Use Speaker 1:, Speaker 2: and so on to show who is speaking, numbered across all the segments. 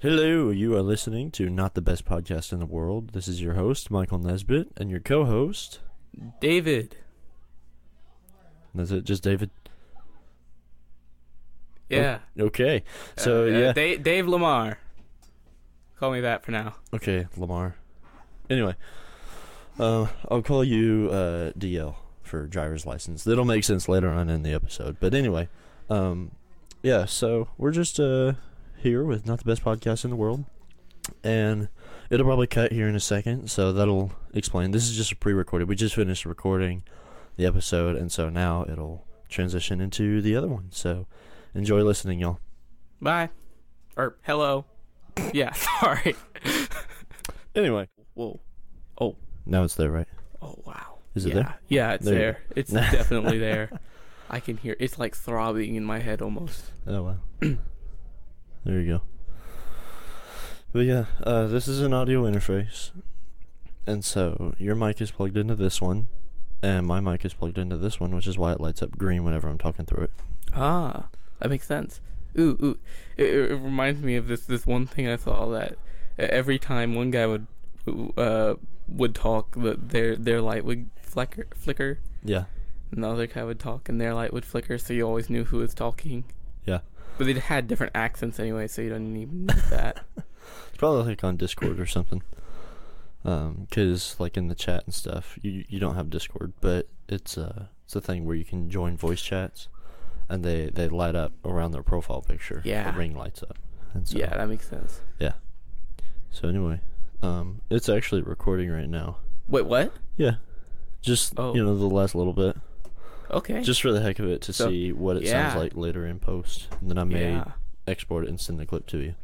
Speaker 1: Hello, you are listening to Not the Best Podcast in the World. This is your host, Michael Nesbitt, and your co host.
Speaker 2: David.
Speaker 1: That's it, just David.
Speaker 2: Yeah.
Speaker 1: Okay. So,
Speaker 2: Uh,
Speaker 1: yeah.
Speaker 2: Da- Dave Lamar. Call me that for now.
Speaker 1: okay, Lamar. Anyway, uh, I'll call you uh, DL for driver's license. That'll make sense later on in the episode. But anyway, um, yeah, so we're just uh, here with Not the Best Podcast in the World. And it'll probably cut here in a second, so that'll explain. This is just a pre recorded. We just finished recording the episode, and so now it'll transition into the other one. So enjoy listening, y'all.
Speaker 2: Bye. Or hello. Yeah, sorry.
Speaker 1: Anyway,
Speaker 2: Whoa.
Speaker 1: now it's there, right?
Speaker 2: Oh wow.
Speaker 1: Is it
Speaker 2: yeah.
Speaker 1: there?
Speaker 2: Yeah, it's
Speaker 1: There you
Speaker 2: there. It's definitely there. I can hear it's like throbbing in my head almost.
Speaker 1: Oh wow. there you go. But yeah, uh, this is an audio interface, and so your mic is plugged into this one, and my mic is plugged into this one, which is why it lights up green whenever I'm talking through it.
Speaker 2: Ah, that makes sense. Ooh, ooh. It, it it reminds me of this this one thing I saw that uh, every time one guy would uh would talk, the, their their light would flicker flicker,
Speaker 1: Yeah,
Speaker 2: and the other guy would talk, and their light would flicker, so you always knew who was talking.
Speaker 1: Yeah.
Speaker 2: But they had different accents anyway, so you don't even need that.
Speaker 1: it's probably like on Discord or something. Um, cause like in the chat and stuff, you you don't have Discord, but it's uh it's a thing where you can join voice chats, and they they light up around their profile picture.
Speaker 2: Yeah.
Speaker 1: the ring lights up. And so,
Speaker 2: Yeah, that makes sense.
Speaker 1: So anyway, um, it's actually recording right now.
Speaker 2: Wait, what?
Speaker 1: Yeah, just
Speaker 2: Oh.
Speaker 1: you know the last little bit,
Speaker 2: Okay.
Speaker 1: just for the heck of it to
Speaker 2: So-
Speaker 1: see what it sounds
Speaker 2: yeah.
Speaker 1: like later in post, and then I may
Speaker 2: yeah.
Speaker 1: export it and send the clip to you.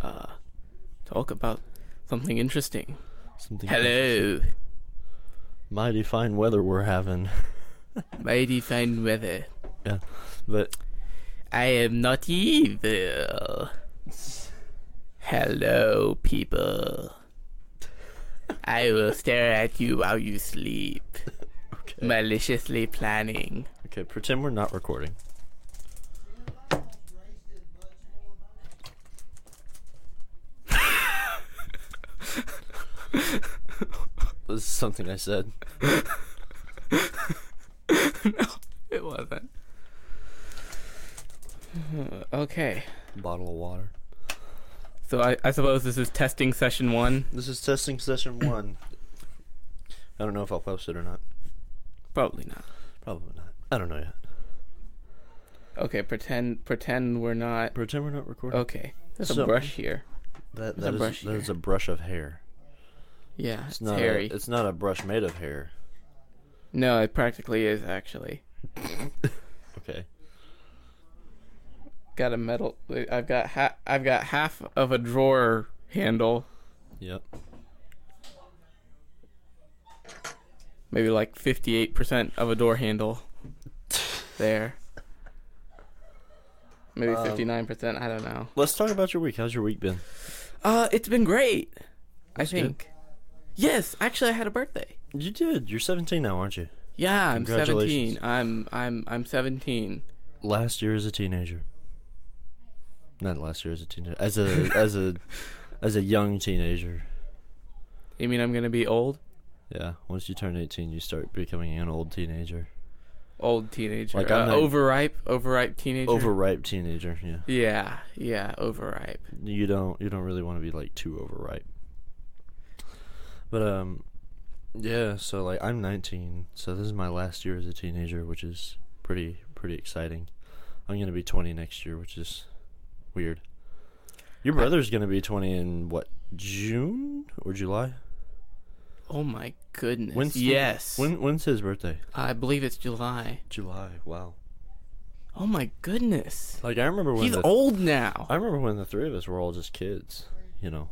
Speaker 2: Uh, talk about something interesting.
Speaker 1: Something
Speaker 2: Hello,
Speaker 1: mighty fine weather we're having,
Speaker 2: mighty fine weather.
Speaker 1: but
Speaker 2: I am not evil. Hello, people. I will stare at you while you sleep,
Speaker 1: okay,
Speaker 2: maliciously planning.
Speaker 1: okay, pretend we're not recording. This is something I said.
Speaker 2: It wasn't. Mm-hmm. Okay,
Speaker 1: Bottle of water.
Speaker 2: so I, I suppose this is testing session one.
Speaker 1: This is testing session one. I don't know if I'll post it or not.
Speaker 2: Probably not.
Speaker 1: Probably not. I don't know yet.
Speaker 2: Okay, pretend pretend we're not.
Speaker 1: Pretend we're not recording.
Speaker 2: Okay, there's
Speaker 1: So-
Speaker 2: a brush here.
Speaker 1: that
Speaker 2: there's
Speaker 1: that
Speaker 2: Oh, a
Speaker 1: is,
Speaker 2: brush
Speaker 1: that
Speaker 2: here.
Speaker 1: is a brush of hair.
Speaker 2: Yeah,
Speaker 1: It's
Speaker 2: it's,
Speaker 1: not. A,
Speaker 2: hairy.
Speaker 1: it's not a brush made of hair.
Speaker 2: No, it practically is actually.
Speaker 1: Okay.
Speaker 2: Got a metal. I've got ha- I've got half of a drawer handle,
Speaker 1: Yep.
Speaker 2: maybe like fifty-eight percent of a door handle. There. Maybe
Speaker 1: Um,
Speaker 2: fifty-nine percent. I don't know.
Speaker 1: Let's talk about your week. How's your week been?
Speaker 2: Uh, it's been great. I
Speaker 1: good.
Speaker 2: think. Yes, actually, I had a birthday.
Speaker 1: You did. You're 17 now, aren't you?
Speaker 2: Yeah, I'm
Speaker 1: Congratulations.
Speaker 2: seventeen. I'm I'm I'm seventeen.
Speaker 1: Last year as a teenager. Not last year as a teenager. As a as a as a young teenager.
Speaker 2: You mean I'm gonna be old?
Speaker 1: Yeah. Once you turn 18, you start becoming an old teenager.
Speaker 2: Old teenager.
Speaker 1: Like,
Speaker 2: Like
Speaker 1: I'm
Speaker 2: uh,
Speaker 1: not-
Speaker 2: overripe. Overripe teenager.
Speaker 1: Overripe teenager. Yeah.
Speaker 2: Yeah, yeah, overripe.
Speaker 1: you don't you don't really want to be like too overripe. But um yeah, so like I'm 19, so this is my last year as a teenager, which is pretty pretty exciting. I'm going to be 20 next year, which is weird. Your brother's going to be 20 in what? June or July?
Speaker 2: Oh my goodness.
Speaker 1: When's the-
Speaker 2: yes.
Speaker 1: When when's his birthday?
Speaker 2: I believe it's July.
Speaker 1: July. Wow.
Speaker 2: Oh my goodness.
Speaker 1: Like I remember when
Speaker 2: He's
Speaker 1: the,
Speaker 2: old now.
Speaker 1: I remember when the three of us were all just kids, you know.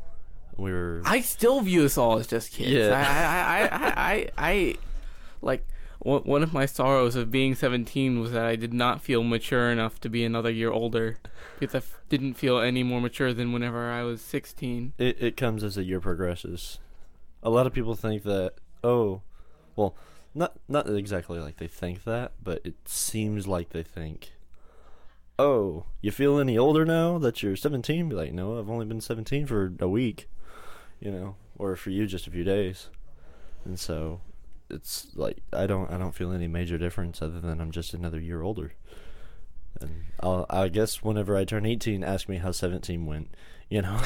Speaker 1: We were
Speaker 2: I still view us all as just kids.
Speaker 1: Yeah.
Speaker 2: I, I, I, I, I, I like one one of my sorrows of being 17 was that I did not feel mature enough to be another year older because I f- didn't feel any more mature than whenever I was 16.
Speaker 1: it, it comes as the year progresses. A lot of people think that oh, well, not not exactly like they think that, but it seems like they think "Oh, you feel any older now that you're 17?" Be like, "No, I've only been 17 for a week," you know, or for you just a few days. And so, it's like I don't I don't feel any major difference other than I'm just another year older. And I'll, I guess whenever I turn 18, ask me how 17 went. You know,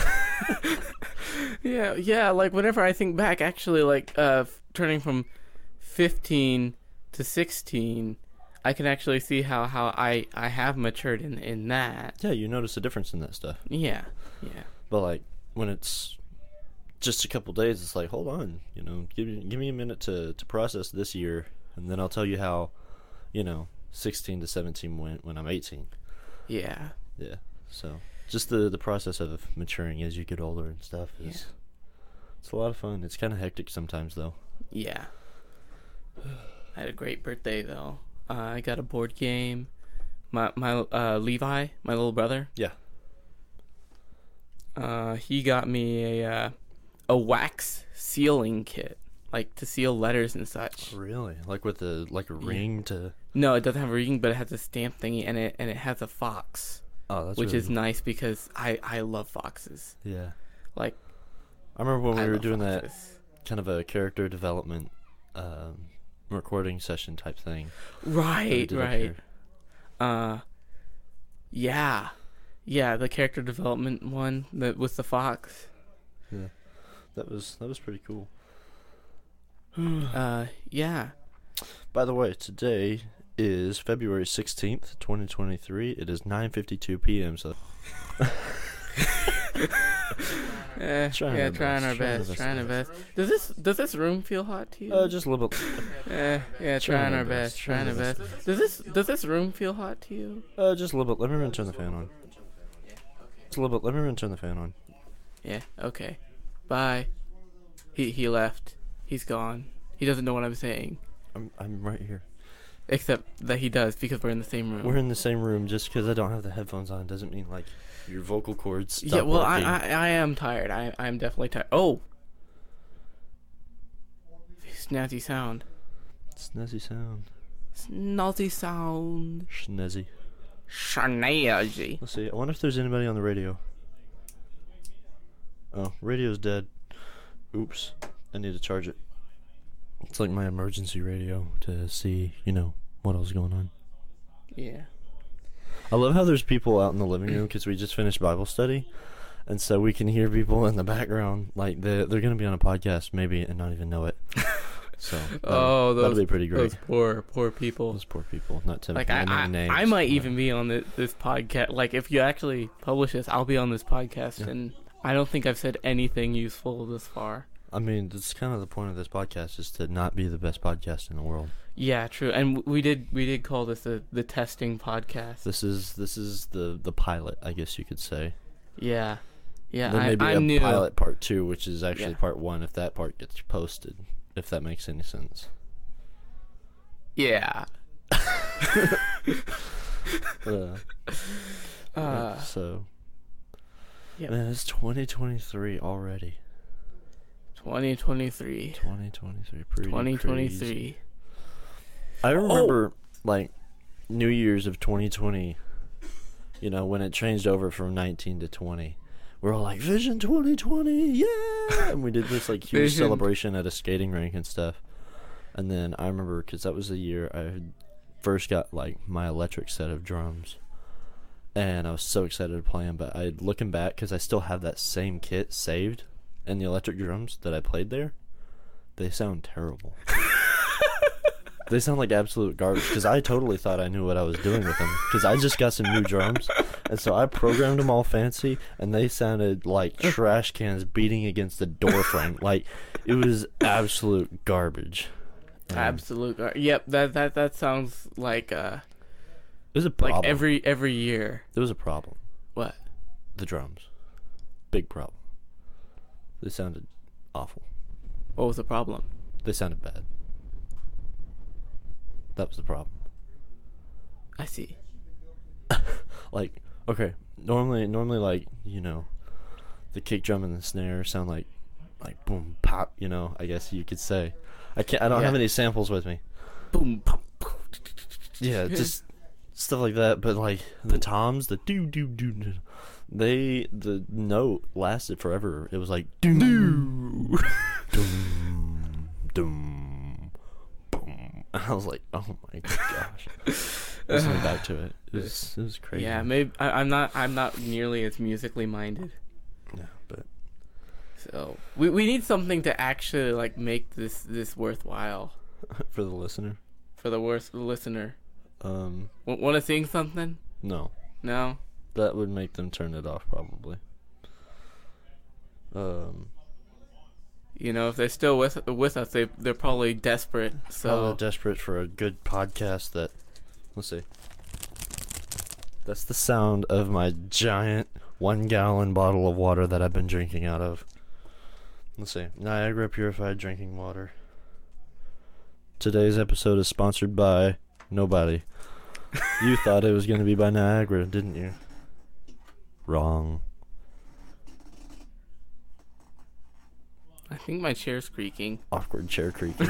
Speaker 2: Yeah, yeah. Like whenever I think back, actually, like uh, f- turning from fifteen to sixteen, I can actually see how how I I have matured in in that.
Speaker 1: yeah, you notice a difference in that stuff.
Speaker 2: Yeah, yeah.
Speaker 1: But like when it's just a couple days, it's like, hold on, you know, give me give me a minute to to process this year, and then I'll tell you how, you know, sixteen to seventeen went when I'm eighteen.
Speaker 2: Yeah.
Speaker 1: Yeah. So just the the process of maturing as you get older and stuff is. It's a lot of fun. It's kind of hectic sometimes, though.
Speaker 2: Yeah. I had a great birthday though. Uh, I got a board game. My my uh, Levi, my little brother.
Speaker 1: Yeah.
Speaker 2: Uh, he got me a uh, a wax sealing kit, like to seal letters and such.
Speaker 1: Really? Like with the like a ring to.
Speaker 2: No, it doesn't have a ring, but it has a stamp thingy, and it and it has a fox,
Speaker 1: Oh, that's
Speaker 2: which
Speaker 1: really-
Speaker 2: is nice because I I love foxes.
Speaker 1: yeah.
Speaker 2: Like
Speaker 1: I remember when we
Speaker 2: I
Speaker 1: Oh, were
Speaker 2: love
Speaker 1: doing that
Speaker 2: foxes.
Speaker 1: kind of a character development um, recording session type thing. that we
Speaker 2: Right,
Speaker 1: did up
Speaker 2: right.
Speaker 1: here.
Speaker 2: Uh, yeah, yeah. The character development one that with the fox.
Speaker 1: That was that was pretty cool.
Speaker 2: Uh, yeah.
Speaker 1: By the way, today is February sixteenth, twenty twenty three. It is nine fifty two p.m. So
Speaker 2: Eh,
Speaker 1: Trying
Speaker 2: yeah,
Speaker 1: our
Speaker 2: trying our
Speaker 1: best, trying our
Speaker 2: best,
Speaker 1: best.
Speaker 2: trying our best. Does this does this room feel hot to you?
Speaker 1: uh, just a little bit.
Speaker 2: Eh, yeah, trying our best, trying our best. Does this does this room feel hot to you?
Speaker 1: Uh, just a little bit. Let me run and turn the fan on. Just a little bit. Let me run and turn the fan on.
Speaker 2: Yeah. Okay. Bye. He he left. He's gone. He doesn't know what I'm saying,
Speaker 1: I'm I'm right here.
Speaker 2: except that he does because we're in the same room.
Speaker 1: We're in the same room. Just because I don't have the headphones on doesn't mean like your vocal cords. Stop
Speaker 2: yeah. Well, I,
Speaker 1: working.
Speaker 2: I I am tired. I I'm definitely tired. Oh. Snazzy sound.
Speaker 1: Snazzy sound.
Speaker 2: Snazzy sound.
Speaker 1: Snazzy.
Speaker 2: Snazzy.
Speaker 1: Let's see. I wonder if there's anybody on the radio. Oh, radio's dead. Oops. I need to charge it. It's like my emergency radio to see, you know, what else is going on.
Speaker 2: Yeah.
Speaker 1: I love how there's people out in the living room because we just finished Bible study. And so we can hear people in the background. Like, they're, they're going to be on a podcast, maybe, and not even know it. so, that'll,
Speaker 2: Oh,
Speaker 1: that'll
Speaker 2: those-
Speaker 1: be pretty great.
Speaker 2: Those poor poor people.
Speaker 1: Those poor people. Not to
Speaker 2: Like I,
Speaker 1: name
Speaker 2: I,
Speaker 1: any names.
Speaker 2: I might
Speaker 1: but-
Speaker 2: even be on this, this podcast. Like if you actually publish this, I'll be on this podcast,
Speaker 1: Yeah.
Speaker 2: and I don't think I've said anything useful this far.
Speaker 1: I mean, that's kind of the point of this podcast is to not be the best podcast in the world.
Speaker 2: Yeah, true. And w- we did we did call this the the testing podcast.
Speaker 1: This is this is the the pilot, I guess you could say.
Speaker 2: yeah, yeah.
Speaker 1: there
Speaker 2: I,
Speaker 1: may be
Speaker 2: I
Speaker 1: a
Speaker 2: knew.
Speaker 1: pilot part two, which is actually
Speaker 2: Yeah.
Speaker 1: part one, if that part gets posted, if that makes any sense.
Speaker 2: Yeah.
Speaker 1: Uh,
Speaker 2: Uh,
Speaker 1: so,
Speaker 2: yep.
Speaker 1: man, it's 2023 already.
Speaker 2: 2023.
Speaker 1: 2023, pretty 2023.
Speaker 2: 2023.
Speaker 1: I remember like New Year's of 2020. You know when it changed over from 19 to 20. We're all like Vision 2020, yeah! and we did this like huge
Speaker 2: Vision.
Speaker 1: celebration at a skating rink and stuff. And then I remember because that was the year I had first got like my electric set of drums, and I was so excited to play them. But I looking back because I still have that same kit saved, and the electric drums that I played there, they sound terrible. They sound like absolute garbage because I totally thought I knew what I was doing with them because I just got some new drums and so I programmed them all fancy and they sounded like trash cans beating against the door frame like it was absolute garbage. Um,
Speaker 2: Absolute. gar- Yep. That that that sounds like uh
Speaker 1: it was a
Speaker 2: like
Speaker 1: problem.
Speaker 2: every every year.
Speaker 1: there was a problem.
Speaker 2: What?
Speaker 1: The drums, big problem. They sounded awful.
Speaker 2: What was the problem?
Speaker 1: They sounded bad. That was the problem.
Speaker 2: I see.
Speaker 1: like okay normally normally like you know the kick drum and the snare sound like like boom pop you know i guess you could say i can't i don't
Speaker 2: Yeah.
Speaker 1: have any samples with me
Speaker 2: Boom. Pop, poof.
Speaker 1: yeah just stuff like that. But like the toms, the do do do, do, they the note lasted forever. It was like do dum dum boom. And I was like, oh my gosh, listening back to it, it was, it was crazy.
Speaker 2: Yeah, maybe I, I'm not. I'm not nearly as musically minded.
Speaker 1: yeah, but
Speaker 2: So we we need something to actually like make this this worthwhile
Speaker 1: for the listener,
Speaker 2: for the worst listener.
Speaker 1: um,
Speaker 2: W- Want to sing something?
Speaker 1: no,
Speaker 2: No.
Speaker 1: that would make them turn it off probably. Um,
Speaker 2: You know, if they're still with with us, they they're probably desperate.
Speaker 1: Oh,
Speaker 2: So
Speaker 1: desperate for a good podcast that. Let's see. That's the sound of my giant one gallon bottle of water that I've been drinking out of. Let's see. Niagara Purified Drinking Water. Today's episode is sponsored by nobody. you thought it was going to be by Niagara, didn't you? Wrong.
Speaker 2: I think my chair's creaking.
Speaker 1: Awkward chair creaking.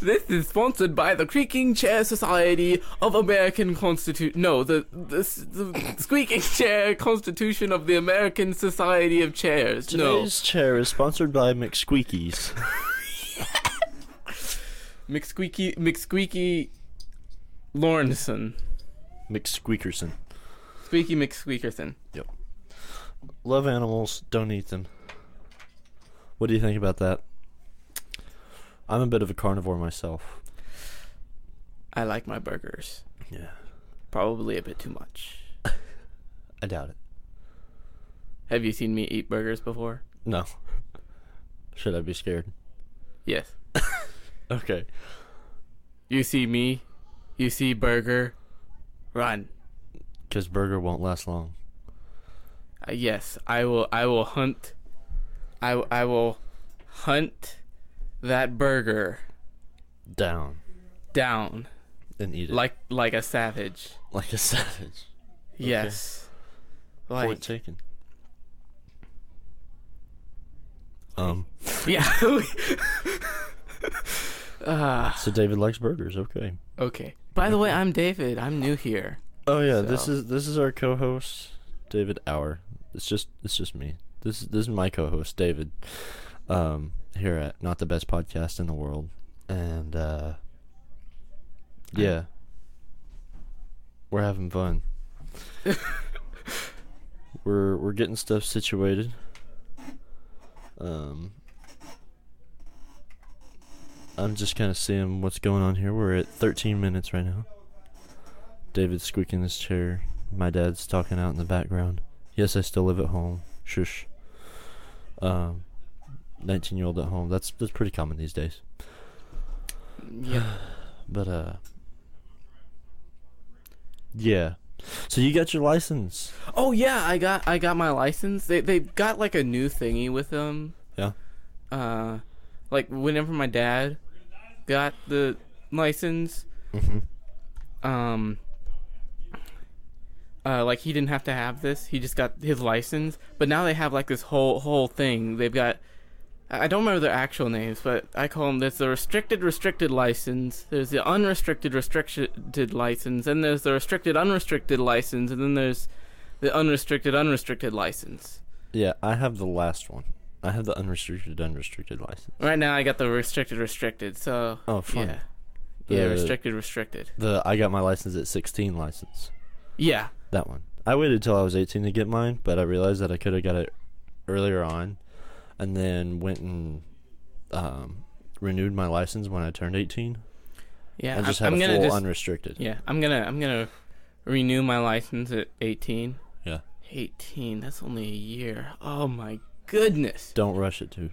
Speaker 2: This is sponsored by the Creaking Chair Society of American Constitution. No, the, the s- the Squeaking Chair Constitution of the American Society of Chairs.
Speaker 1: Today's chair is sponsored by McSqueakies.
Speaker 2: no, McSqueaky McSqueaky Lawrenson,
Speaker 1: McSqueakerson.
Speaker 2: Squeaky McSqueakerson.
Speaker 1: Love animals, don't eat them. What do you think about that? I'm a bit of a carnivore myself.
Speaker 2: I like my burgers.
Speaker 1: Yeah.
Speaker 2: Probably a bit too much.
Speaker 1: I doubt it.
Speaker 2: Have you seen me eat burgers before?
Speaker 1: No. Should I be scared?
Speaker 2: Yes.
Speaker 1: Okay.
Speaker 2: You see me, you see burger, run.
Speaker 1: Because burger won't last long.
Speaker 2: Uh, yes, I will. I will hunt. I I will hunt that burger
Speaker 1: Down
Speaker 2: down
Speaker 1: and eat it.
Speaker 2: like like a savage.
Speaker 1: like a savage.
Speaker 2: Yes.
Speaker 1: Point
Speaker 2: Like
Speaker 1: taken. Um.
Speaker 2: yeah. Ah,
Speaker 1: So David likes burgers. Okay.
Speaker 2: okay. By the way, I'm David. I'm new here.
Speaker 1: Oh yeah. This
Speaker 2: So-
Speaker 1: is this is our co-host David Hour. It's just it's just me. This this is my co-host David. Um, here at not the best podcast in the world, and uh, yeah, we're having fun. we're we're getting stuff situated. Um. I'm just kind of seeing what's going on here. We're at 13 minutes right now. David's squeaking his chair. My dad's talking out in the background. Yes, I still live at home. Shush. Um, nineteen-year-old at home. That's that's pretty common these days.
Speaker 2: Yeah.
Speaker 1: But uh, yeah. So you got your license?
Speaker 2: Oh yeah, I got I got my license. They they got like a new thingy with them.
Speaker 1: Yeah.
Speaker 2: Uh, like whenever my dad got the license,
Speaker 1: Mm-hmm.
Speaker 2: um uh, like he didn't have to have this he just got his license but now they have like this whole whole thing they've got i I don't remember their actual names but i call them there's the restricted restricted license there's the unrestricted restricted license and there's the restricted unrestricted license and then there's the unrestricted unrestricted license
Speaker 1: Yeah, I have the last one. I have the unrestricted unrestricted license.
Speaker 2: right now i got the restricted restricted so
Speaker 1: Oh, fun.
Speaker 2: yeah yeah
Speaker 1: The-
Speaker 2: restricted restricted
Speaker 1: The I got my license at sixteen license.
Speaker 2: yeah
Speaker 1: That one. I waited till I was 18 to get mine, but I realized that I could have got it earlier on, and then went and um, renewed my license when I turned 18.
Speaker 2: yeah
Speaker 1: I just had
Speaker 2: I'm, I'm
Speaker 1: a
Speaker 2: gonna
Speaker 1: full
Speaker 2: just
Speaker 1: unrestricted.
Speaker 2: Yeah, I'm gonna I'm gonna renew my license at 18.
Speaker 1: Yeah.
Speaker 2: 18. That's only a year. Oh my goodness. Ah,
Speaker 1: Don't rush it, dude.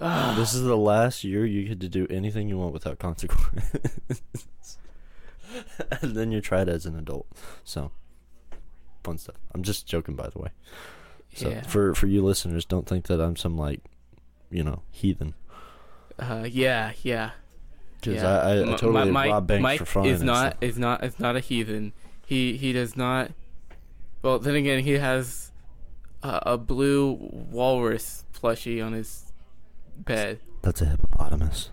Speaker 2: Ugh.
Speaker 1: This is the last year you get to do anything you want without consequence. and then you're tried as an adult. So, fun stuff. I'm just joking, by the way. So,
Speaker 2: yeah.
Speaker 1: for, for you listeners, don't think that I'm some, like, you know, heathen.
Speaker 2: uh, yeah. Yeah.
Speaker 1: Because I,
Speaker 2: yeah.
Speaker 1: I, I
Speaker 2: Mi-
Speaker 1: totally
Speaker 2: Mi- Mike,
Speaker 1: rob banks
Speaker 2: Mike
Speaker 1: for fun.
Speaker 2: is
Speaker 1: and
Speaker 2: not
Speaker 1: stuff.
Speaker 2: is not is not a heathen. He he does not. Well, then again, he has uh, a blue walrus plushie on his bed.
Speaker 1: That's a hippopotamus.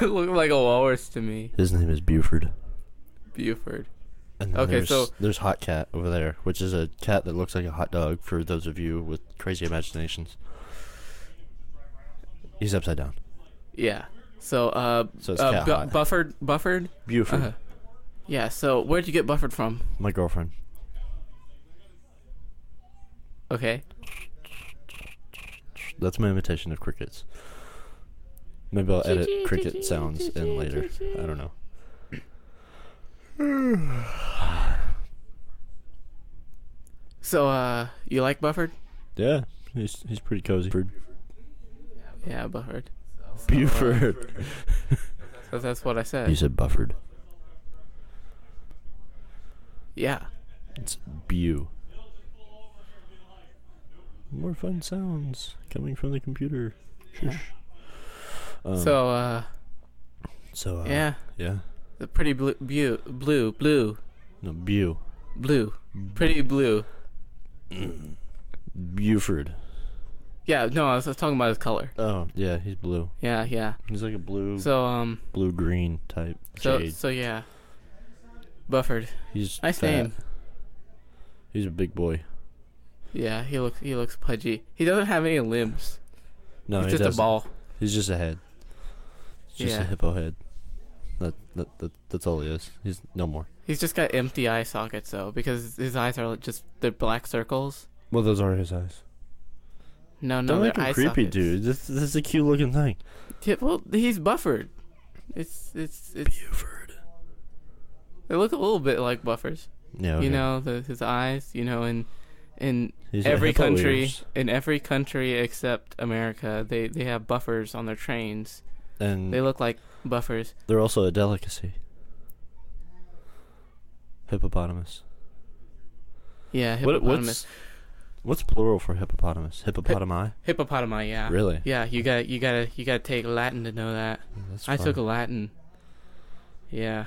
Speaker 2: Looked like a walrus to me.
Speaker 1: His name is Buford.
Speaker 2: Buford.
Speaker 1: And then
Speaker 2: Okay,
Speaker 1: there's,
Speaker 2: so-
Speaker 1: there's Hot Cat over there, which is a cat that looks like a hot dog for those of you with crazy imaginations. He's upside down.
Speaker 2: Yeah. So uh,
Speaker 1: So it's
Speaker 2: uh
Speaker 1: Cat Hot.
Speaker 2: Bufford Bufford.
Speaker 1: Buford,
Speaker 2: Uh, yeah. So where'd you get Bufford from?
Speaker 1: my girlfriend.
Speaker 2: Okay.
Speaker 1: That's my imitation of crickets. Maybe I'll edit cricket sounds in later. I don't know.
Speaker 2: So uh, you like Bufford?
Speaker 1: Yeah, he's he's pretty cozy.
Speaker 2: Yeah, Bufford.
Speaker 1: Buford.
Speaker 2: So that's what I
Speaker 1: You
Speaker 2: said.
Speaker 1: said Buffered.
Speaker 2: Yeah.
Speaker 1: It's Bew. More fun sounds coming from the computer. Shush. Um,
Speaker 2: So uh,
Speaker 1: so uh,
Speaker 2: yeah,
Speaker 1: yeah
Speaker 2: the pretty blue, blue, blue, blue,
Speaker 1: no Bew
Speaker 2: blue, pretty blue.
Speaker 1: Buford.
Speaker 2: Yeah. No, I was, I was talking about his color.
Speaker 1: Oh yeah, he's blue.
Speaker 2: Yeah. Yeah.
Speaker 1: He's like a blue
Speaker 2: So um.
Speaker 1: blue green type
Speaker 2: So
Speaker 1: shade.
Speaker 2: so yeah. Bufford.
Speaker 1: he's
Speaker 2: Nice
Speaker 1: fat.
Speaker 2: name.
Speaker 1: He's a big boy.
Speaker 2: Yeah, he looks he looks pudgy. He doesn't have any limbs.
Speaker 1: No,
Speaker 2: He's
Speaker 1: he
Speaker 2: just
Speaker 1: doesn't.
Speaker 2: a ball.
Speaker 1: He's just a head. It's just a
Speaker 2: Yeah.
Speaker 1: hippo head. That, that that that's all he is. He's no more.
Speaker 2: He's just got empty eye sockets though, because his eyes are like, just they're black circles.
Speaker 1: Well, those are his eyes.
Speaker 2: No, no,
Speaker 1: Don't
Speaker 2: they're
Speaker 1: make him
Speaker 2: eye
Speaker 1: creepy,
Speaker 2: sockets.
Speaker 1: dude. This this is a cute looking thing.
Speaker 2: Yeah, well, he's buffered. It's it's it's
Speaker 1: Buford.
Speaker 2: they look a little bit like buffers.
Speaker 1: Yeah, okay.
Speaker 2: You know, the, his eyes. You know, in in
Speaker 1: He's got
Speaker 2: every
Speaker 1: hippo
Speaker 2: country,
Speaker 1: ears.
Speaker 2: in every country except America, they they have buffers on their trains.
Speaker 1: and
Speaker 2: They look like buffers.
Speaker 1: they're also a delicacy. Hippopotamus.
Speaker 2: Yeah,
Speaker 1: What,
Speaker 2: hippopotamus.
Speaker 1: what's what's plural for hippopotamus? Hippopotami.
Speaker 2: hippopotami? Yeah.
Speaker 1: Really?
Speaker 2: Yeah, you got to you gotta you gotta take Latin to know that.
Speaker 1: That's
Speaker 2: I took
Speaker 1: fine.
Speaker 2: a Latin. Yeah.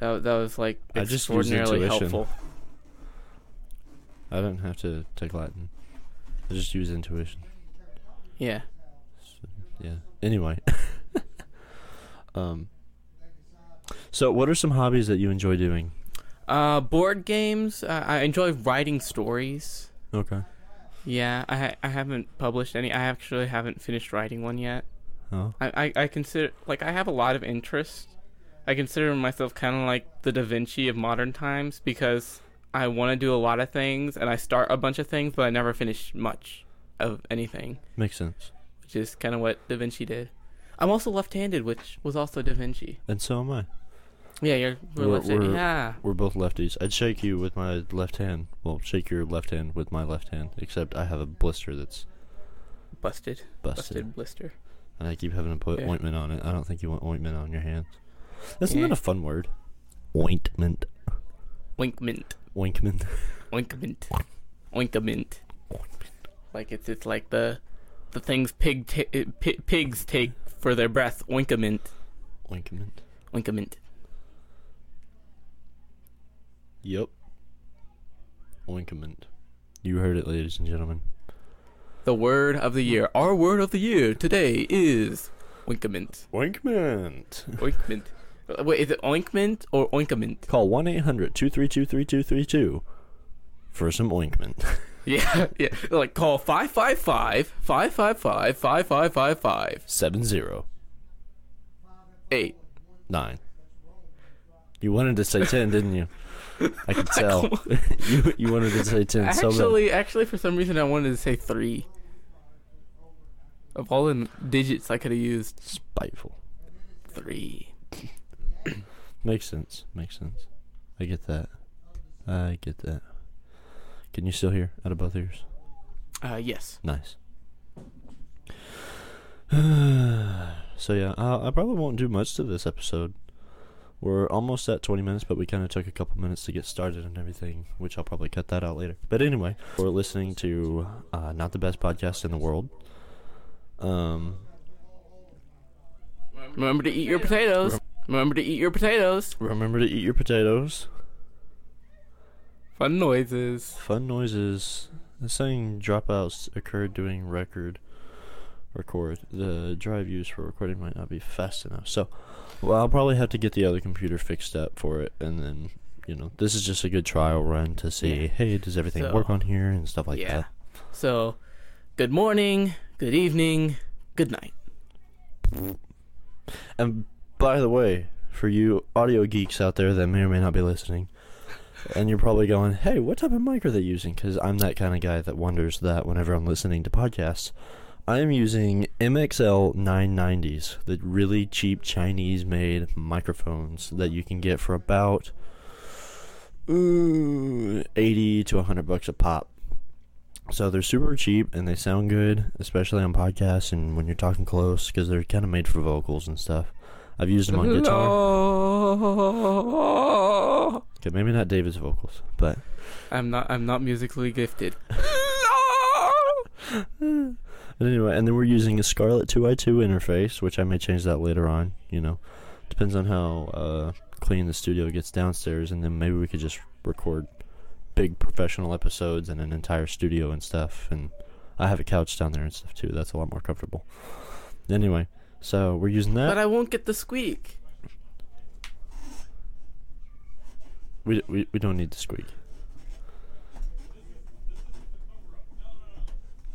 Speaker 2: That that was like
Speaker 1: I just used
Speaker 2: extraordinarily
Speaker 1: intuition.
Speaker 2: helpful.
Speaker 1: I didn't have to take Latin. I just use intuition.
Speaker 2: Yeah.
Speaker 1: Yeah. Anyway. um. So, what are some hobbies that you enjoy doing?
Speaker 2: Uh, board games. Uh, I enjoy writing stories.
Speaker 1: Okay.
Speaker 2: Yeah, I ha- I haven't published any. I actually haven't finished writing one yet.
Speaker 1: Oh.
Speaker 2: I I, I consider like I have a lot of interest. I consider myself kind of like the Da Vinci of modern times because I want to do a lot of things and I start a bunch of things, but I never finish much of anything.
Speaker 1: Makes sense.
Speaker 2: which is kind of what Da Vinci did. I'm also left-handed, which was also Da Vinci.
Speaker 1: And so am I.
Speaker 2: Yeah, you're we're
Speaker 1: We're-
Speaker 2: left-handed.
Speaker 1: we're-
Speaker 2: Yeah,
Speaker 1: We're both lefties. I'd shake you with my left hand. Well, shake your left hand with my left hand, except I have a blister that's
Speaker 2: busted,
Speaker 1: busted.
Speaker 2: busted blister.
Speaker 1: And I keep having to put
Speaker 2: Yeah.
Speaker 1: ointment on it. I don't think you want ointment on your hands. Isn't
Speaker 2: Yeah.
Speaker 1: that a fun word? Ointment.
Speaker 2: Oinkment,
Speaker 1: Ointment.
Speaker 2: oinkment, oinkment. Like it's it's like the the things pig ta- uh, pi- pigs take for their breath. Oinkment,
Speaker 1: Ointment.
Speaker 2: oinkment.
Speaker 1: Yep. Ointment. You heard it, ladies and gentlemen.
Speaker 2: The word of the year. Our word of the year today is oinkment.
Speaker 1: Ointment.
Speaker 2: Oinkment. Uh, Wait, is it oinkment or oinkament?
Speaker 1: Call 1 800 232 3232 for some ointment.
Speaker 2: Yeah, yeah. Like call 555 555 5555
Speaker 1: 709.
Speaker 2: 8.
Speaker 1: You wanted to say 10, didn't you? I could tell. you, you wanted to say 10 so bad.
Speaker 2: Actually, actually, for some reason, I wanted to say 3. Of all the n- digits I could have used,
Speaker 1: Spiteful.
Speaker 2: 3.
Speaker 1: Makes sense. Makes sense. I get that. I get that. Can you still hear out of both ears?
Speaker 2: Uh, yes.
Speaker 1: Nice. so yeah, I, I probably won't do much to this episode. We're almost at 20 minutes, but we kind of took a couple minutes to get started and everything, which I'll probably cut that out later. But anyway, we're listening to uh, not the best podcast in the world. Um,
Speaker 2: Remember to eat your potatoes. Remember to eat your potatoes.
Speaker 1: remember to eat your potatoes.
Speaker 2: Fun noises.
Speaker 1: Fun noises. The saying dropouts occurred during record record. The drive used for recording might not be fast enough. So, well, I'll probably have to get the other computer fixed up for it, and then you know, this is just a good trial run to see,
Speaker 2: Yeah.
Speaker 1: hey, does everything
Speaker 2: So-
Speaker 1: work on here and stuff like
Speaker 2: yeah.
Speaker 1: that.
Speaker 2: So, good morning, good evening, good night.
Speaker 1: And by the way, for you audio geeks out there that may or may not be listening, and you're probably going, hey, what type of mic are they using? Because I'm that kind of guy that wonders that whenever I'm listening to podcasts. I am using MXL 990s, the really cheap Chinese made microphones that you can get for about ooh, 80 to 100 bucks a pop. So they're super cheap and they sound good, especially on podcasts and when you're talking close because they're kind of made for vocals and stuff. I've used them on guitar.
Speaker 2: No.
Speaker 1: Okay, maybe not David's vocals, but
Speaker 2: I'm not. I'm not musically gifted.
Speaker 1: But anyway, and then we're using a Scarlett 2i2 interface, which I may change that later on, you know. Depends on how uh, clean the studio gets downstairs, and then maybe we could just record big professional episodes in an entire studio and stuff. And I have a couch down there and stuff too. That's a lot more comfortable. Anyway, so we're using that.
Speaker 2: But I won't get the squeak.
Speaker 1: we, we, we don't need to squeak.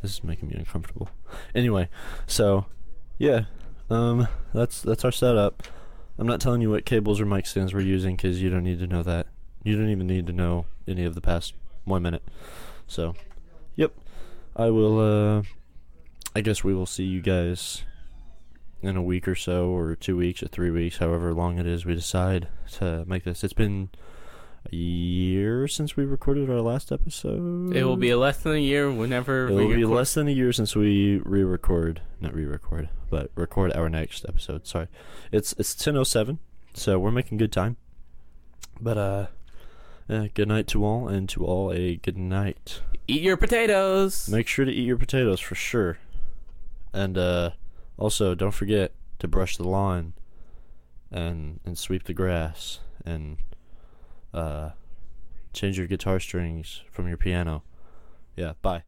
Speaker 1: This is making me uncomfortable. Anyway, so yeah, um, that's that's our setup. I'm not telling you what cables or mic stands we're using because you don't need to know that. You don't even need to know any of the past one minute. So, yep, I will. Uh, I guess we will see you guys in a week or so, or two weeks, or three weeks, however long it is we decide to make this. It's been a year since we recorded our last episode.
Speaker 2: It will be less than a year whenever
Speaker 1: It
Speaker 2: we
Speaker 1: will be
Speaker 2: record.
Speaker 1: less than a year since we re-record, not re-record, but record our next episode. Sorry, it's it's ten oh seven, so we're making good time. But uh, yeah, good night to all, and to all a good night.
Speaker 2: Eat your potatoes.
Speaker 1: Make sure to eat your potatoes for sure, and uh, also don't forget to brush the lawn, and and sweep the grass, and uh, change your guitar strings from your piano. Yeah, bye.